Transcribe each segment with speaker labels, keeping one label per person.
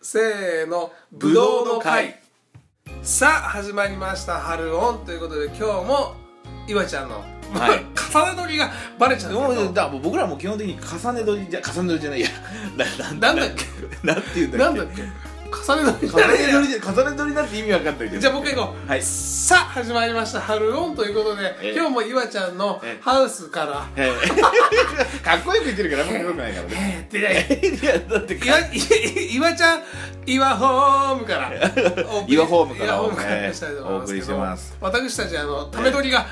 Speaker 1: せーのぶどうの会さあ始まりました「春オン」ということで今日も岩井ちゃんの、
Speaker 2: はい
Speaker 1: 重ね取りがバレちゃ
Speaker 2: もうだ
Speaker 1: う
Speaker 2: からもう僕らも基本的に重ね取りじゃ重ね取りじゃないやなな
Speaker 1: なんだっ
Speaker 2: けなんて言うん
Speaker 1: けな
Speaker 2: だっ
Speaker 1: ん
Speaker 2: け
Speaker 1: だっけ重ね取りじゃ
Speaker 2: 重
Speaker 1: ね
Speaker 2: ね
Speaker 1: え
Speaker 2: 取
Speaker 1: よ
Speaker 2: りじゃ重ね取りなんて意味わかんないけど
Speaker 1: じゃあもう一回行こう、
Speaker 2: はい
Speaker 1: さあ始まりました「春オン」ということで、
Speaker 2: ええ
Speaker 1: 今日も岩ちゃんの
Speaker 2: ええ
Speaker 1: ハウスから
Speaker 2: えー かっこよく言ってるからあんまりよくないから
Speaker 1: 「え
Speaker 2: ね
Speaker 1: えってね
Speaker 2: いやだって
Speaker 1: 岩岩ちゃん岩ホームから
Speaker 2: 岩ホームから
Speaker 1: 岩ホームからしたいと思いますけど
Speaker 2: お送りしてます
Speaker 1: 私たちあのため取りが、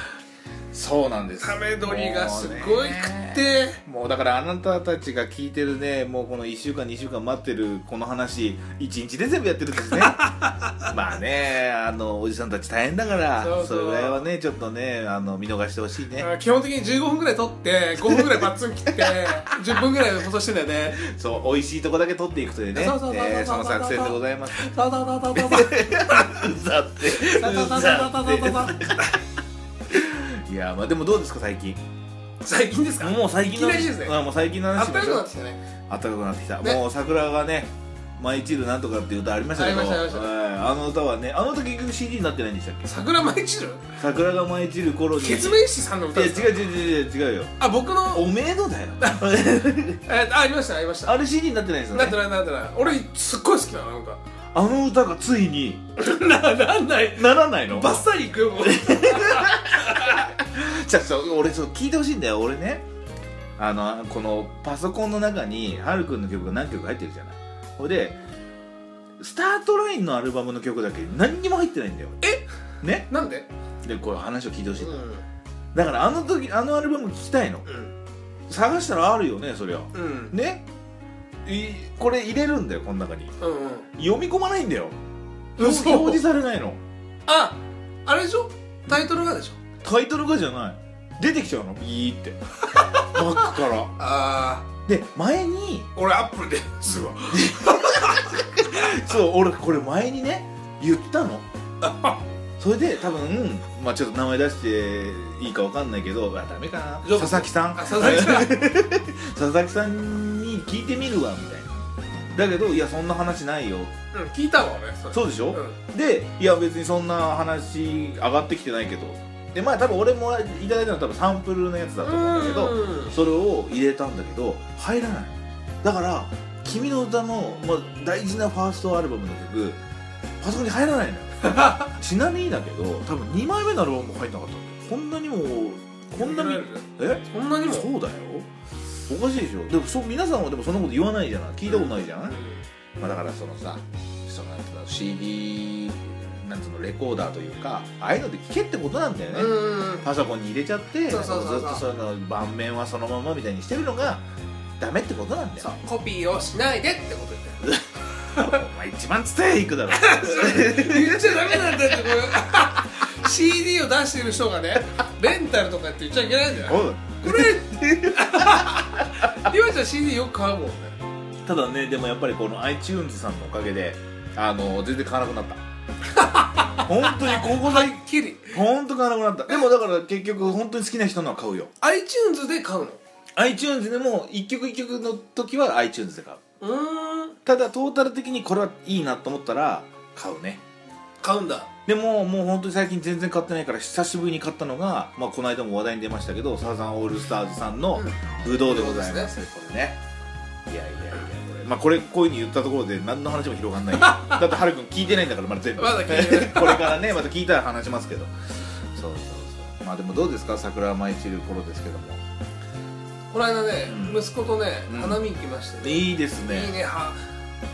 Speaker 2: そうなんです
Speaker 1: ため取りがすごいくって
Speaker 2: もうだからあなたたちが聞いてるねもうこの1週間2週間待ってるこの話1日で全部やってるんですねまあねあのおじさんたち大変だから
Speaker 1: そうそう
Speaker 2: れぐらいはねちょっとねあの見逃してほしいね
Speaker 1: あ基本的に15分ぐらい撮って5分ぐらいバッツン切って10分ぐらい放送してんだよね
Speaker 2: そう美味しいとこだけ取っていくというね
Speaker 1: そうそうそうそう
Speaker 2: えーその作戦でございます
Speaker 1: タタタタタタ
Speaker 2: うざって
Speaker 1: タタタタタタタタ
Speaker 2: いやまあでもどうですか最近
Speaker 1: 最近ですか
Speaker 2: もう最近の
Speaker 1: いきなりですね
Speaker 2: うんもう最近の
Speaker 1: あ
Speaker 2: 話
Speaker 1: っ
Speaker 2: したま
Speaker 1: か
Speaker 2: し
Speaker 1: く
Speaker 2: ょ
Speaker 1: なっ
Speaker 2: う
Speaker 1: てきたね
Speaker 2: 暖かくなってきた、
Speaker 1: ね
Speaker 2: もう桜がね「舞い散るなんとか」っていう歌ありましたけど
Speaker 1: ありましたありました
Speaker 2: はいあの歌はねあの歌結局 CD になってないんでしたっけ
Speaker 1: 桜舞い散る
Speaker 2: 桜が舞い散る頃に
Speaker 1: 血明師さんの
Speaker 2: い
Speaker 1: 歌
Speaker 2: や
Speaker 1: ですか
Speaker 2: 違う違う違う違う違うよ
Speaker 1: あ僕の
Speaker 2: おめえの だよ
Speaker 1: えあありましたありました
Speaker 2: あれ CD になってないんですよ
Speaker 1: なんて
Speaker 2: ね
Speaker 1: ないなんてない俺すっごい好きなのなんか
Speaker 2: あの歌がついに
Speaker 1: ななんない
Speaker 2: ならないの
Speaker 1: バッサリいくよもう
Speaker 2: じゃあそう俺そう聞いてほしいんだよ俺ねあのこのパソコンの中にはるくんの曲が何曲入ってるじゃないほいでスタートラインのアルバムの曲だけ何にも入ってないんだよえね
Speaker 1: なんで
Speaker 2: でこれ話を聞いてほしい、
Speaker 1: うん
Speaker 2: だからあの時あのアルバム聞きたいの
Speaker 1: うん
Speaker 2: 探したらあるよねそりゃ
Speaker 1: うん
Speaker 2: ねいこれ入れるんだよこの中に
Speaker 1: うんうん
Speaker 2: 読み込まないんだよ表
Speaker 1: 嘘
Speaker 2: 示されないの
Speaker 1: ああれでしょタイトルがでしょ
Speaker 2: タイトルがじゃない出てきちゃうのビーって バックから
Speaker 1: あ
Speaker 2: で前に
Speaker 1: あ俺アップルですわ
Speaker 2: そう俺これ前にね言った のそれで多分まあちょっと名前出していいかわかんないけどあダメかな
Speaker 1: ジョブズ
Speaker 2: 佐々木さん
Speaker 1: あ佐々木さん
Speaker 2: 佐々木さんに聞いてみるわみたいなだけどいやそんな話ないよ
Speaker 1: うん聞いたわ俺それ
Speaker 2: そうでしょ、
Speaker 1: うん
Speaker 2: でいや別にそんな話上がってきてないけどでまあ多分俺もいただいたのは多分サンプルのやつだと思うんだけど
Speaker 1: うん
Speaker 2: それを入れたんだけど入らないだから「君の歌の」まあ、大事なファーストアルバムの曲パソコンに入らない のよちなみにだけど多分2枚目のアルバムも入んなかったんだよこんなにもこんなにえ
Speaker 1: そんなにも
Speaker 2: そうだよおかしいでしょでもそう皆さんはでもそんなこと言わないじゃない聞いたことないじゃない、まあ、だからそのさそのなんつうの CD なんつうのレコーダーというかああいうので聞けってことなんだよね、
Speaker 1: うん
Speaker 2: パソコンに入れちゃって
Speaker 1: そうそうそうそう
Speaker 2: ずっとその盤面はそのままみたいにしてるのがダメってことなんだ
Speaker 1: そ
Speaker 2: よ
Speaker 1: うコピーをしないでってことだよ
Speaker 2: お前一番つていく だろ
Speaker 1: 言っちゃダメなんだよってこれ CD を出してる人がねレンタルとかって言っちゃいけないんだよ
Speaker 2: おい
Speaker 1: これ今ちゃん CD よく買うもんね
Speaker 2: ただねでもやっぱりこの iTunes さんのおかげであの全然買わなくなった 本当にここ
Speaker 1: は
Speaker 2: だ
Speaker 1: っきり
Speaker 2: 本当買わなくなったでもだから結局本当に好きな人のは買うよ
Speaker 1: iTunes で買うの
Speaker 2: iTunes でも一曲一曲の時は iTunes で買う
Speaker 1: うーん
Speaker 2: ただトータル的にこれはいいなと思ったら買うね
Speaker 1: 買うんだ
Speaker 2: でももう本当に最近全然買ってないから久しぶりに買ったのが、まあ、この間も話題に出ましたけどサザンオールスターズさんの
Speaker 1: うん
Speaker 2: ブドウでございます、これねいやいやいやこれまあこれこういうふうに言ったところで何の話も広がんない だってはるくん聞いてないんだからまだ全 部
Speaker 1: まだ聞いてな
Speaker 2: これからねまた聞いたら話しますけどそうそうそうまあでもどうですか桜舞い散る頃ですけども
Speaker 1: この間ね、
Speaker 2: うん
Speaker 1: 息子とね、
Speaker 2: うん
Speaker 1: 花見行きましてね、
Speaker 2: いいですね
Speaker 1: いいねは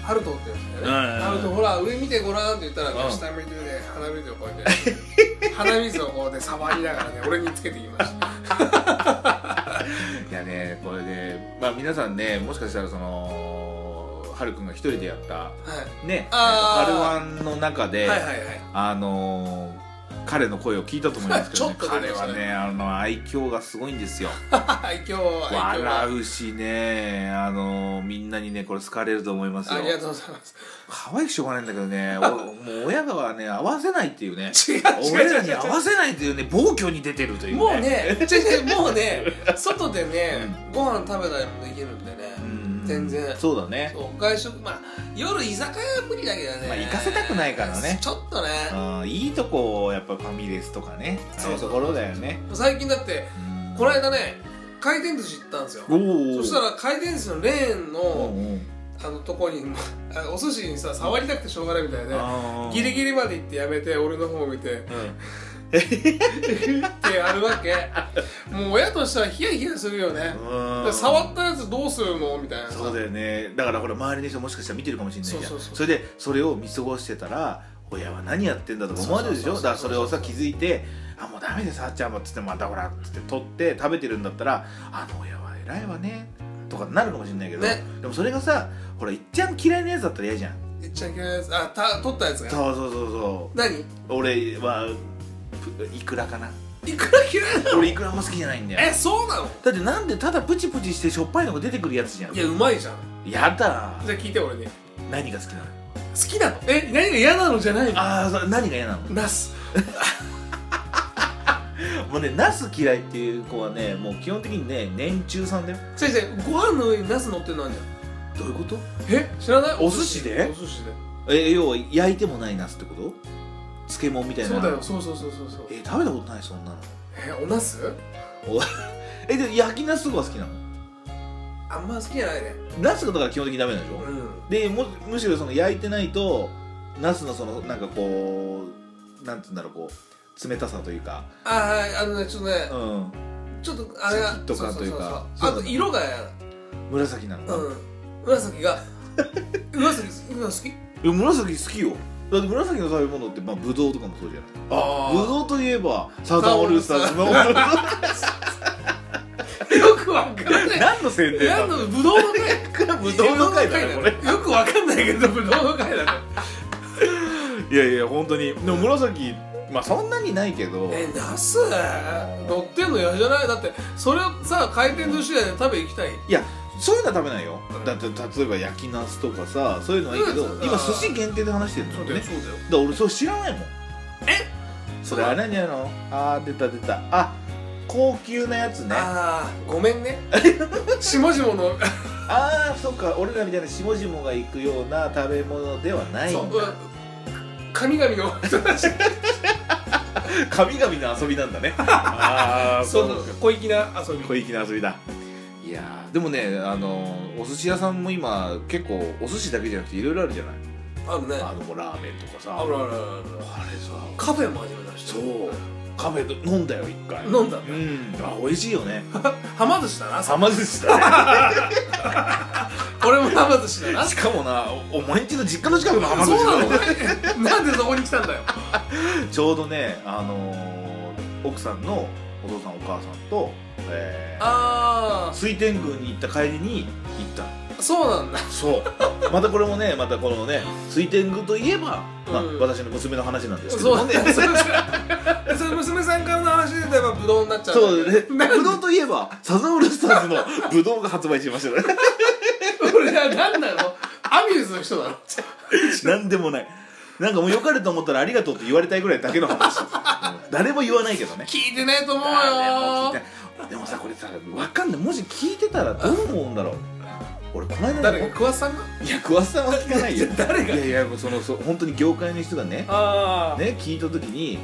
Speaker 1: 春とって言うんですよね、
Speaker 2: うんうんうん
Speaker 1: 春とほら上見てごらんって言ったら、ね
Speaker 2: うん
Speaker 1: 下見てね花水をこうやって花水をこうね触りながらね俺につけてきました
Speaker 2: いやねこれねまあ皆さんねもしかしたらそのはるくんが一人でやった
Speaker 1: はい
Speaker 2: ね
Speaker 1: あー
Speaker 2: カルワンの中で、
Speaker 1: はいはいはい
Speaker 2: あのー彼の声を聞いたと思いますけど、ね
Speaker 1: ちょっと出
Speaker 2: 彼
Speaker 1: ました
Speaker 2: は
Speaker 1: ね
Speaker 2: ねあの愛嬌がすごいんですよ
Speaker 1: はい今日は
Speaker 2: 笑
Speaker 1: う
Speaker 2: うしねあのーみんなにねこれ好かれると思いますよ
Speaker 1: ありがとうございます
Speaker 2: 可愛くしょうがないんだけど ねおもう親がはね合わせないっていうね
Speaker 1: 違う 違う
Speaker 2: 俺
Speaker 1: 違
Speaker 2: ら
Speaker 1: う
Speaker 2: に合わせないっていうね暴挙に出てるというね
Speaker 1: もうね違う違うもうね外でね、ご飯食べたりもできるんでね、
Speaker 2: うん
Speaker 1: 全然
Speaker 2: そうだね
Speaker 1: そう外食まあ夜居酒屋は無理だけどね
Speaker 2: まあ行かせたくないからね
Speaker 1: ちょっとね
Speaker 2: あーいいとこをやっぱファミレスとかね
Speaker 1: そうそう
Speaker 2: ああいうところだよね
Speaker 1: 最近だってこの間ね回転寿司行ったんですよ
Speaker 2: おお
Speaker 1: そしたら回転寿司のレーン
Speaker 2: うん
Speaker 1: の
Speaker 2: うん
Speaker 1: あのとこに まあお寿司にさ触りたくてしょうがないみたいで
Speaker 2: あー
Speaker 1: ギリギリまで行ってやめて俺の方を見 て
Speaker 2: う
Speaker 1: ってあるわけもう親としてはヒヤヒヤするよね
Speaker 2: んうん
Speaker 1: 触ったやつどうするのみたいな
Speaker 2: そうだよねだからほら周りの人もしかしたら見てるかもしれないじゃん
Speaker 1: そうそうそう
Speaker 2: れでそれを見過ごしてたら親は何やってんだとか思われるでしょ
Speaker 1: そう
Speaker 2: だ
Speaker 1: そ
Speaker 2: か
Speaker 1: う
Speaker 2: ら
Speaker 1: そ
Speaker 2: そ
Speaker 1: そ
Speaker 2: う
Speaker 1: う
Speaker 2: れをさ気づいて「あもうダメですあっちゃんも」っつって「またほら」っつって取って食べてるんだったら「あの親は偉いわね」とかなるかもしれないけど、
Speaker 1: ね
Speaker 2: でもそれがさほらいっちゃん嫌いなやつだったら嫌じゃん
Speaker 1: いっちゃいけないやつあた取ったやつが
Speaker 2: そうそうそうそ
Speaker 1: 何
Speaker 2: う俺はぷイクラかない
Speaker 1: くら嫌いなの
Speaker 2: 俺イクラも好きじゃないんだよ
Speaker 1: えそうなの
Speaker 2: だってなんでただプチプチしてしょっぱいのが出てくるやつじゃん
Speaker 1: いやうまいじゃん
Speaker 2: やだ
Speaker 1: じゃあ聞いて俺に好
Speaker 2: 何が好きなの
Speaker 1: きなのえ何が嫌なのじゃないの
Speaker 2: ああそれ何が嫌なの
Speaker 1: ナス
Speaker 2: もうね、ナス嫌いっていう子はね、もう基本的にね、年中さんだよ。
Speaker 1: 先生ご飯の上にナス乗ってるのあんじゃん
Speaker 2: どういうこと
Speaker 1: え知らない
Speaker 2: お寿司で
Speaker 1: お寿司で
Speaker 2: え、要は焼いてもないナスってこと漬物みたいな。
Speaker 1: そうだよ。そうそうそうそうそう
Speaker 2: え、食べたことない、そんなの。
Speaker 1: えおナス
Speaker 2: え、で、焼きナスとかは好きなの
Speaker 1: あんま好きじゃないね
Speaker 2: ナスとかが基本的にダメなんでしょ、
Speaker 1: うん
Speaker 2: でも、むしろその焼いてないと、ナスのその、なんかこう、なんつうんだろう、こう、冷たさというか、
Speaker 1: あはいあのねちょっとね
Speaker 2: うん、
Speaker 1: ちょっとあれが
Speaker 2: シャキッと感というか
Speaker 1: そうそうそうそうあと色が嫌
Speaker 2: 紫なの
Speaker 1: な
Speaker 2: か。
Speaker 1: のうん紫 が紫 今好き
Speaker 2: いや紫好きよ。だって紫の食べ物って、まあ、ぶどうとかもそうじゃない。
Speaker 1: あ
Speaker 2: ぶどうといえば、サザンオールスターズの。
Speaker 1: よくわかんない
Speaker 2: 何の宣伝な
Speaker 1: 何
Speaker 2: の
Speaker 1: のぶどうの会
Speaker 2: ぶどうの会だねこれ
Speaker 1: よくわかんないけ どぶどうの会だね
Speaker 2: いやいや本当にでも紫まあそんなにないけど
Speaker 1: えナス乗ってんの嫌じゃないだってそれをさ回転寿司屋で食べ行きたい
Speaker 2: そういうのは食べないよだって例えば焼きナスとかさそういうのはいいけど
Speaker 1: うん
Speaker 2: 今寿司限定で話してるんだよねだか
Speaker 1: そうだよ
Speaker 2: ら俺それ知らないもん
Speaker 1: え
Speaker 2: それあれなのあー出た出たあ高級なやつねあ
Speaker 1: ああごめん ね下々の
Speaker 2: あーそっか俺らみたいな下々が行くような食べ物ではない
Speaker 1: そ
Speaker 2: ん
Speaker 1: う
Speaker 2: だ
Speaker 1: 神々の
Speaker 2: 神々の遊びなんだねああ
Speaker 1: そう小粋な遊び
Speaker 2: 小粋な遊びだいやーでもねあのーお寿司屋さんも今結構お寿司だけじゃなくていろいろあるじゃない
Speaker 1: あるね
Speaker 2: あのもうラーメンとかさ
Speaker 1: あるあるあるある
Speaker 2: あれさ
Speaker 1: カフェも始めたし
Speaker 2: そうカフェで飲んだよ一回
Speaker 1: 飲んだ
Speaker 2: うんあ美味しいよね
Speaker 1: はま寿司だな
Speaker 2: さま寿司だ
Speaker 1: これもはま寿司だな
Speaker 2: ねしかもなおお前んちの実家の近くのはま寿
Speaker 1: そうな
Speaker 2: 司だ
Speaker 1: の
Speaker 2: ね
Speaker 1: なんでそこに来たんだよ
Speaker 2: ちょうどねあのー奥さんのお父さんお母さんとえー
Speaker 1: あ
Speaker 2: 水天宮に行った帰りに行ったの
Speaker 1: あそうなんだ
Speaker 2: そうまたこれもねまたこのね水天宮といえば、まあ
Speaker 1: うん
Speaker 2: 私の娘の話なんですけ
Speaker 1: そ
Speaker 2: ども
Speaker 1: う
Speaker 2: ね
Speaker 1: ねそれ娘さん からの話で言えばぶどうになっちゃう
Speaker 2: そうね
Speaker 1: なんで
Speaker 2: ぶどうといえばサザンオールスターズのぶどうが発売しました ね
Speaker 1: 俺は何なのアミューズの人だろ
Speaker 2: なんでもないなんかもう良かれと思ったらありがとうって言われたいぐらいだけの 話うん誰も言わないけどね
Speaker 1: 聞いてないと思う
Speaker 2: あー
Speaker 1: よ
Speaker 2: でも聞いてないでもさこれさわかんないもし聞いてたらどう思うんだろう俺この間
Speaker 1: 誰が桑田さんが
Speaker 2: いや桑田さんは聞かないよ
Speaker 1: 誰が
Speaker 2: いやいやもうそのそう本当に業界の人がね
Speaker 1: ああ
Speaker 2: ね聞いた時に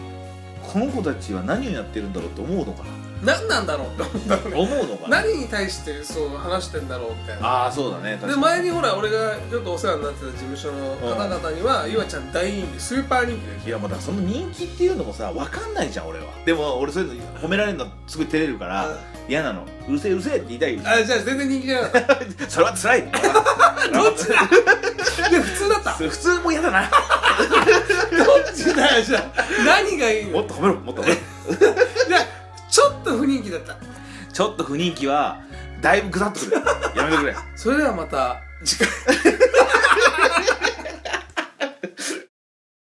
Speaker 2: この子たちは何をやってるんだろうと思うのか
Speaker 1: 何なんだろうって思ったの
Speaker 2: な
Speaker 1: ね
Speaker 2: 思うのかな
Speaker 1: 何に対してそう話してんだろうみたいな
Speaker 2: ああそうだね確
Speaker 1: で
Speaker 2: かに
Speaker 1: 前にほら俺がちょっとお世話になってた事務所の方々には、ゆあちゃん大人気スーパー人気で
Speaker 2: いやまだその人気っていうのもさ分かんないじゃん俺はでも俺そういうの褒められるのすごい照れるから嫌なのうるせえうるせえって言いたいよ
Speaker 1: あじゃあ全然人気じゃなかっ
Speaker 2: それは 辛い
Speaker 1: たどっちだで普通だった
Speaker 2: 普通も嫌だな
Speaker 1: どっちだよ じゃあ何がいい
Speaker 2: も
Speaker 1: の
Speaker 2: っと褒めろもっと褒めろ
Speaker 1: じゃあちょっと不人気だった
Speaker 2: ちょっと不人気はだいぶグサッとくるやめてくれ
Speaker 1: それではまた次回